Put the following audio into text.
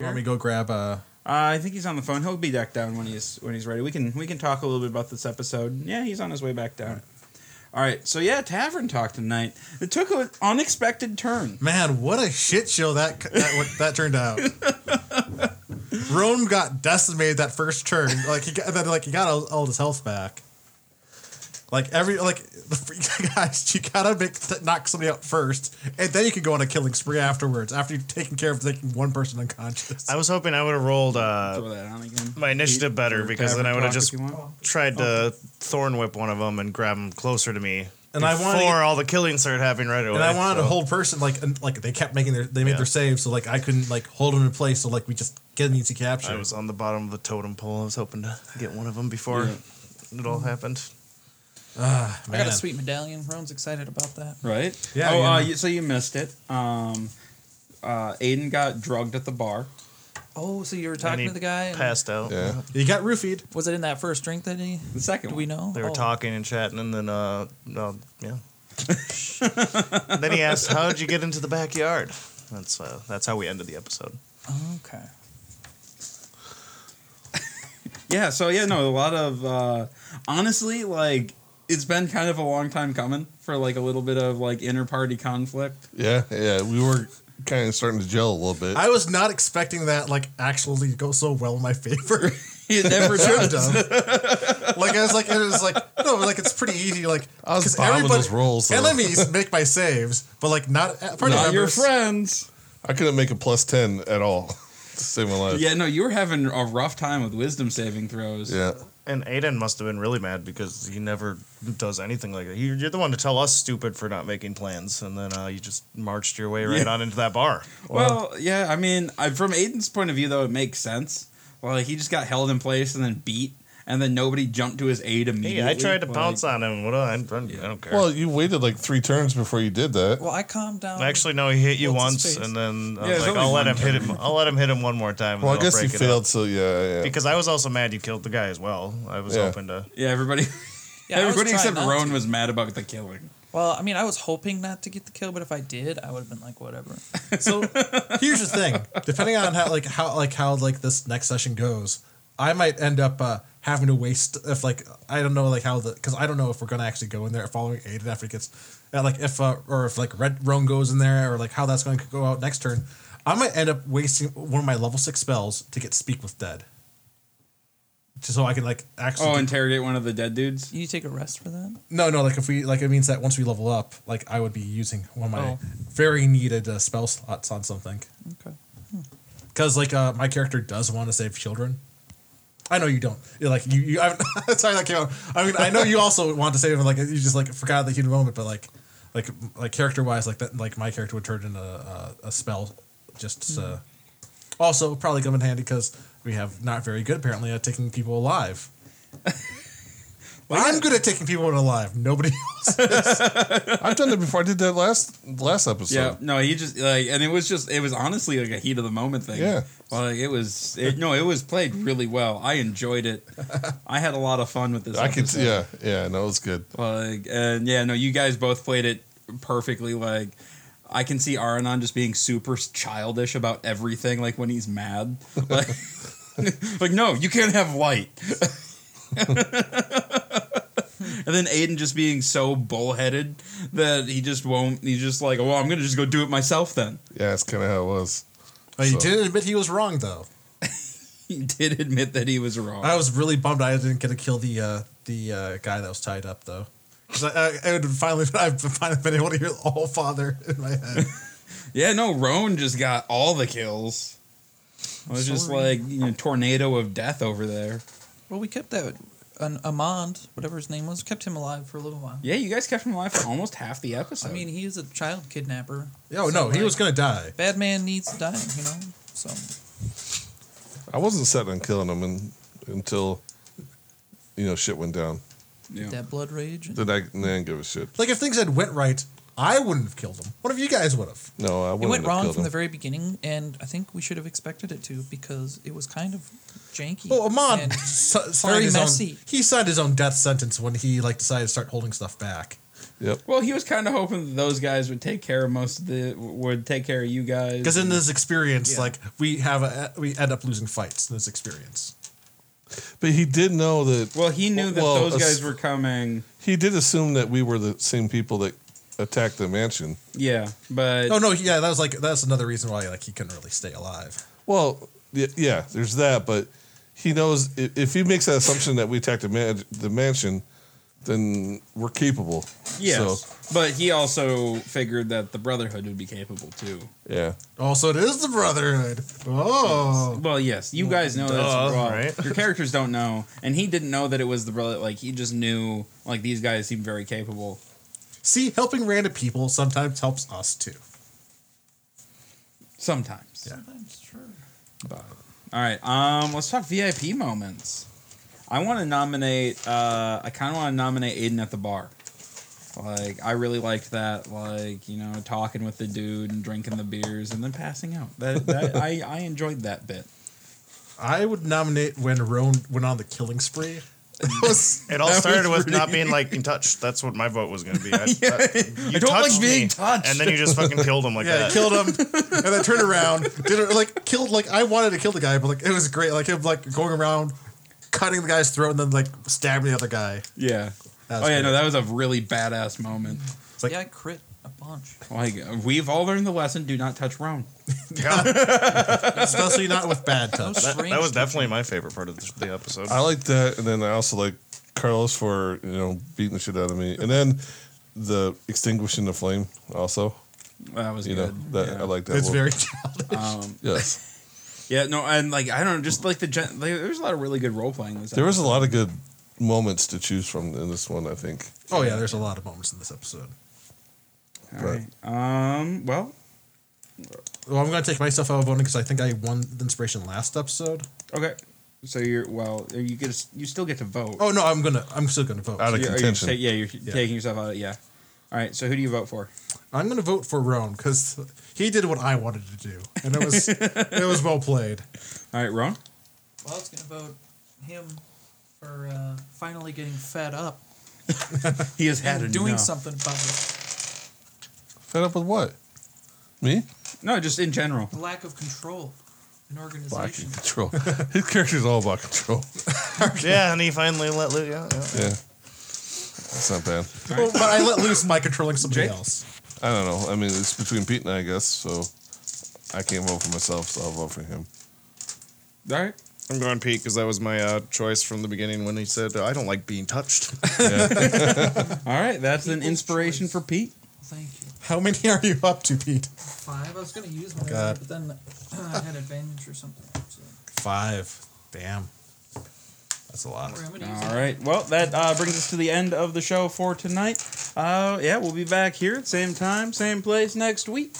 want here? me to go grab a? Uh, I think he's on the phone. He'll be back down when he's when he's ready. We can we can talk a little bit about this episode. Yeah, he's on his way back down. All right. So yeah, tavern talk tonight. It took an unexpected turn. Man, what a shit show that that what, that turned out. Rome got decimated that first turn. Like he got, and then, like he got all, all his health back. Like every like guys, you gotta make knock somebody out first, and then you can go on a killing spree afterwards. After you've taken care of taking one person unconscious. I was hoping I would have rolled. Throw Uh, that on again. my initiative Pete, better for because tavern then I would have talk if just you want. tried to thorn whip one of them and grab him closer to me. And I before wanted to get- all the killings started happening right away. And I wanted so. to hold person like and, like they kept making their they made Yeah. their saves, so like I couldn't like hold them in place. So like we just get an easy capture. I was on the bottom of the totem pole. I was hoping to get one of them before it all happened. I got a Ah, Man. sweet medallion. Roan's excited about that. Right. Yeah, Oh, you uh, know. you, so you missed it. Um, uh, Aiden got drugged at the bar. Oh, so you were And talking he to the guy? and- Passed out. Yeah. You got roofied. Was it in that first drink that he? The second Do one. we know? They were Oh. talking and chatting, and then uh, uh yeah. then he asked, "How did you get into the backyard?" That's uh, that's how we ended the episode. Okay. Yeah. So yeah, no, a lot of uh, honestly, like it's been kind of a long time coming for like a little bit of like inter party conflict. Yeah. Yeah. We were kind of starting to gel a little bit. I was not expecting that like actually to go so well in my favor. It never Should've does. done. like I was like it was like no like it's pretty easy like I was 'cause bombing everybody- those rolls, though. Enemies make my saves, but like not party Not members. your friends. I couldn't make a plus ten at all to save my life. Yeah, no, you were having a rough time with wisdom saving throws. Yeah. And Aiden must have been really mad because he never does anything like that. You- You're the one to tell us stupid for not making plans, and then uh, you just marched your way right Yeah. on into that bar. Well, yeah, I mean, I, from Aiden's point of view, though, it makes sense. Like he just got held in place and then beat, and then nobody jumped to his aid immediately. Hey, I tried to Like, pounce on him. What? do I, I don't, I don't care. Well, you waited like three turns before you did that. Well, I calmed down. Actually, no. He hit you What's once, his face? and then I Yeah, was it's like, only "I'll let one him hit him. I'll let him hit him one more time." and Well, I then I'll guess you break it failed, up." so yeah, yeah. because I was also mad you killed the guy as well. I was Yeah. hoping to. Yeah, everybody, yeah, I was everybody trying except not to. Roan was mad about the killing. Well, I mean, I was hoping not to get the kill, but if I did, I would have been like, whatever. So here's the thing: depending on how like how like how like this next session goes, I might end up uh, having to waste if like I don't know like how the because I don't know if we're gonna actually go in there following Aiden after it gets uh, like if uh, or if like Red Roan goes in there or like how that's going to go out next turn. I might end up wasting one of my level six spells to get Speak with Dead, just so I can like actually. Oh, get- interrogate one of the dead dudes. You take a rest for that? no, no, like if we like it means that once we level up, like I would be using one of my Oh. very needed uh, spell slots on something. Okay. because like uh, my character does want to save children. I know you don't. You're like you. you I'm, sorry that came out. I mean, I know you also want to save him. Like you just like forgot the human moment, but like, like, like character wise, like that, like my character would turn into a, a spell. Just uh, also probably come in handy because we have not very good apparently at taking people alive. I'm good at taking people alive. Nobody else. I've done that before. I did that last last episode. Yeah, no, he just like, and it was just, it was honestly like a heat of the moment thing. Yeah. like it was, it, no, it was played really well. I enjoyed it. I had a lot of fun with this. I could. episode. Yeah, yeah. No, it was good. Like, and yeah, no, you guys both played it perfectly. Like, I can see Aranon just being super childish about everything, like when he's mad. Like, like no, you can't have light. and then Aiden just being so bullheaded that he just won't, he's just like, well, I'm going to just go do it myself then. Yeah, that's kind of how it was. But he So- didn't admit he was wrong though. He did admit that he was wrong. I was really bummed I didn't get to kill the uh, the uh, guy that was tied up though. 'Cause I, I, I would finally I've finally been able to hear all father in my head. Yeah, no, Roan just got all the kills. It was just like you know, tornado of death over there. Well, we kept that an Amand, whatever his name was, kept him alive for a little while. Yeah, you guys kept him alive for almost half the episode. I mean, he is a child kidnapper. Oh no, he was gonna die. Bad man needs to die, you know. So I wasn't set on killing him and, until you know shit went down. yeah. that blood rage. And Then I, then I didn't give a shit. Like if things had went right, I wouldn't have killed him. What if you guys would have? No, I it wouldn't went have wrong killed from the him. very beginning, and I think we should have expected it to because it was kind of janky. Well, Oh, Amon and- s- signed his messy. own. He signed his own death sentence when he like decided to start holding stuff back. Yep. Well, he was kind of hoping that those guys would take care of most of the would take care of you guys. Because in this experience, Yeah. like we have, a, we end up losing fights in this experience. But he did know that. well, he knew that well, those ass- guys were coming. He did assume that we were the same people that attacked the mansion. Yeah, but Oh no, yeah, that was like that's another reason why like he couldn't really stay alive. Well, y- yeah, there's that, but he knows if, if he makes that assumption that we attacked the, man- the mansion, then we're capable. yes, So, but he also figured that the Brotherhood would be capable too. yeah. Also, it is the Brotherhood. Oh, Well, yes, you guys know that's Duh, wrong. right? Your characters don't know, and he didn't know that it was the brother. Like he just knew, like these guys seem very capable. see, helping random people sometimes helps us too. Sometimes. Yeah. Sometimes, sure. All right. Um, let's talk VIP moments. I want to nominate. Uh, I kind of want to nominate Aiden at the bar. Like I really liked that. Like you know, talking with the dude and drinking the beers and then passing out. That, that I I enjoyed that bit. I would nominate when Roan went on the killing spree. It all That was started with pretty- not being like in touch. That's what my vote was going to be. I, you I don't like touched being me, touched. And then you just fucking killed him like Yeah, that. killed him, and then turned around, did it like killed like I wanted to kill the guy, but like it was great, like him like going around, cutting the guy's throat, and then like stabbing the other guy. Yeah. That Oh was yeah, no, great. that was a really badass moment. It's like yeah, I crit a bunch. Like we've all learned the lesson: do not touch Rome. Yeah, especially not with bad No touch. strange. that was definitely my favorite part of the, the episode. I like that, and then I also like Carlos for you know beating the shit out of me, and then the extinguishing the flame also. That was You good. know that yeah. I like that. It's one. very childish. Um, yes. yeah, no, and like I don't know, just like the gen- like, there was a lot of really good role playing. This There was a episode. lot of good moments to choose from in this one. I think. Oh yeah, there's a lot of moments in this episode. All right. Um. Well. Well, I'm gonna take myself out of voting because I think I won the inspiration last episode. Okay. So you're well. You get. You still get to vote. Oh no, I'm gonna I'm still gonna vote. Out of You're- are you contention. ta- yeah, you're taking yourself out. of it, Yeah. All right. So who do you vote for? I'm gonna vote for Roan because he did what I wanted to do, and it was it was well played. All right, Ron. Well, I was going to vote him for uh, finally getting fed up He has had and enough. doing something about it. Fed up with what? Me? No, just in general. The lack of control in organization. Lacking control. His character's all about control. yeah, and he finally let loose. Yeah, yeah. Yeah. That's not bad. Well, but I let loose my controlling somebody Jake? else. I don't know. I mean, it's between Pete and I, I guess. So I can't vote for myself, so I'll vote for him. All right. I'm going Pete because that was my uh, choice from the beginning when he said, "I don't like being touched." Yeah. All right. That's an People's inspiration choice. for Pete. Thank you. How many are you up to, Pete? Five. I was going to use my God. but then I had advantage or something. So. Five. Damn. That's a lot. Or I'm gonna use All it. right. Well, that uh, brings us to the end of the show for tonight. Uh, yeah, we'll be back here at same time, same place next week.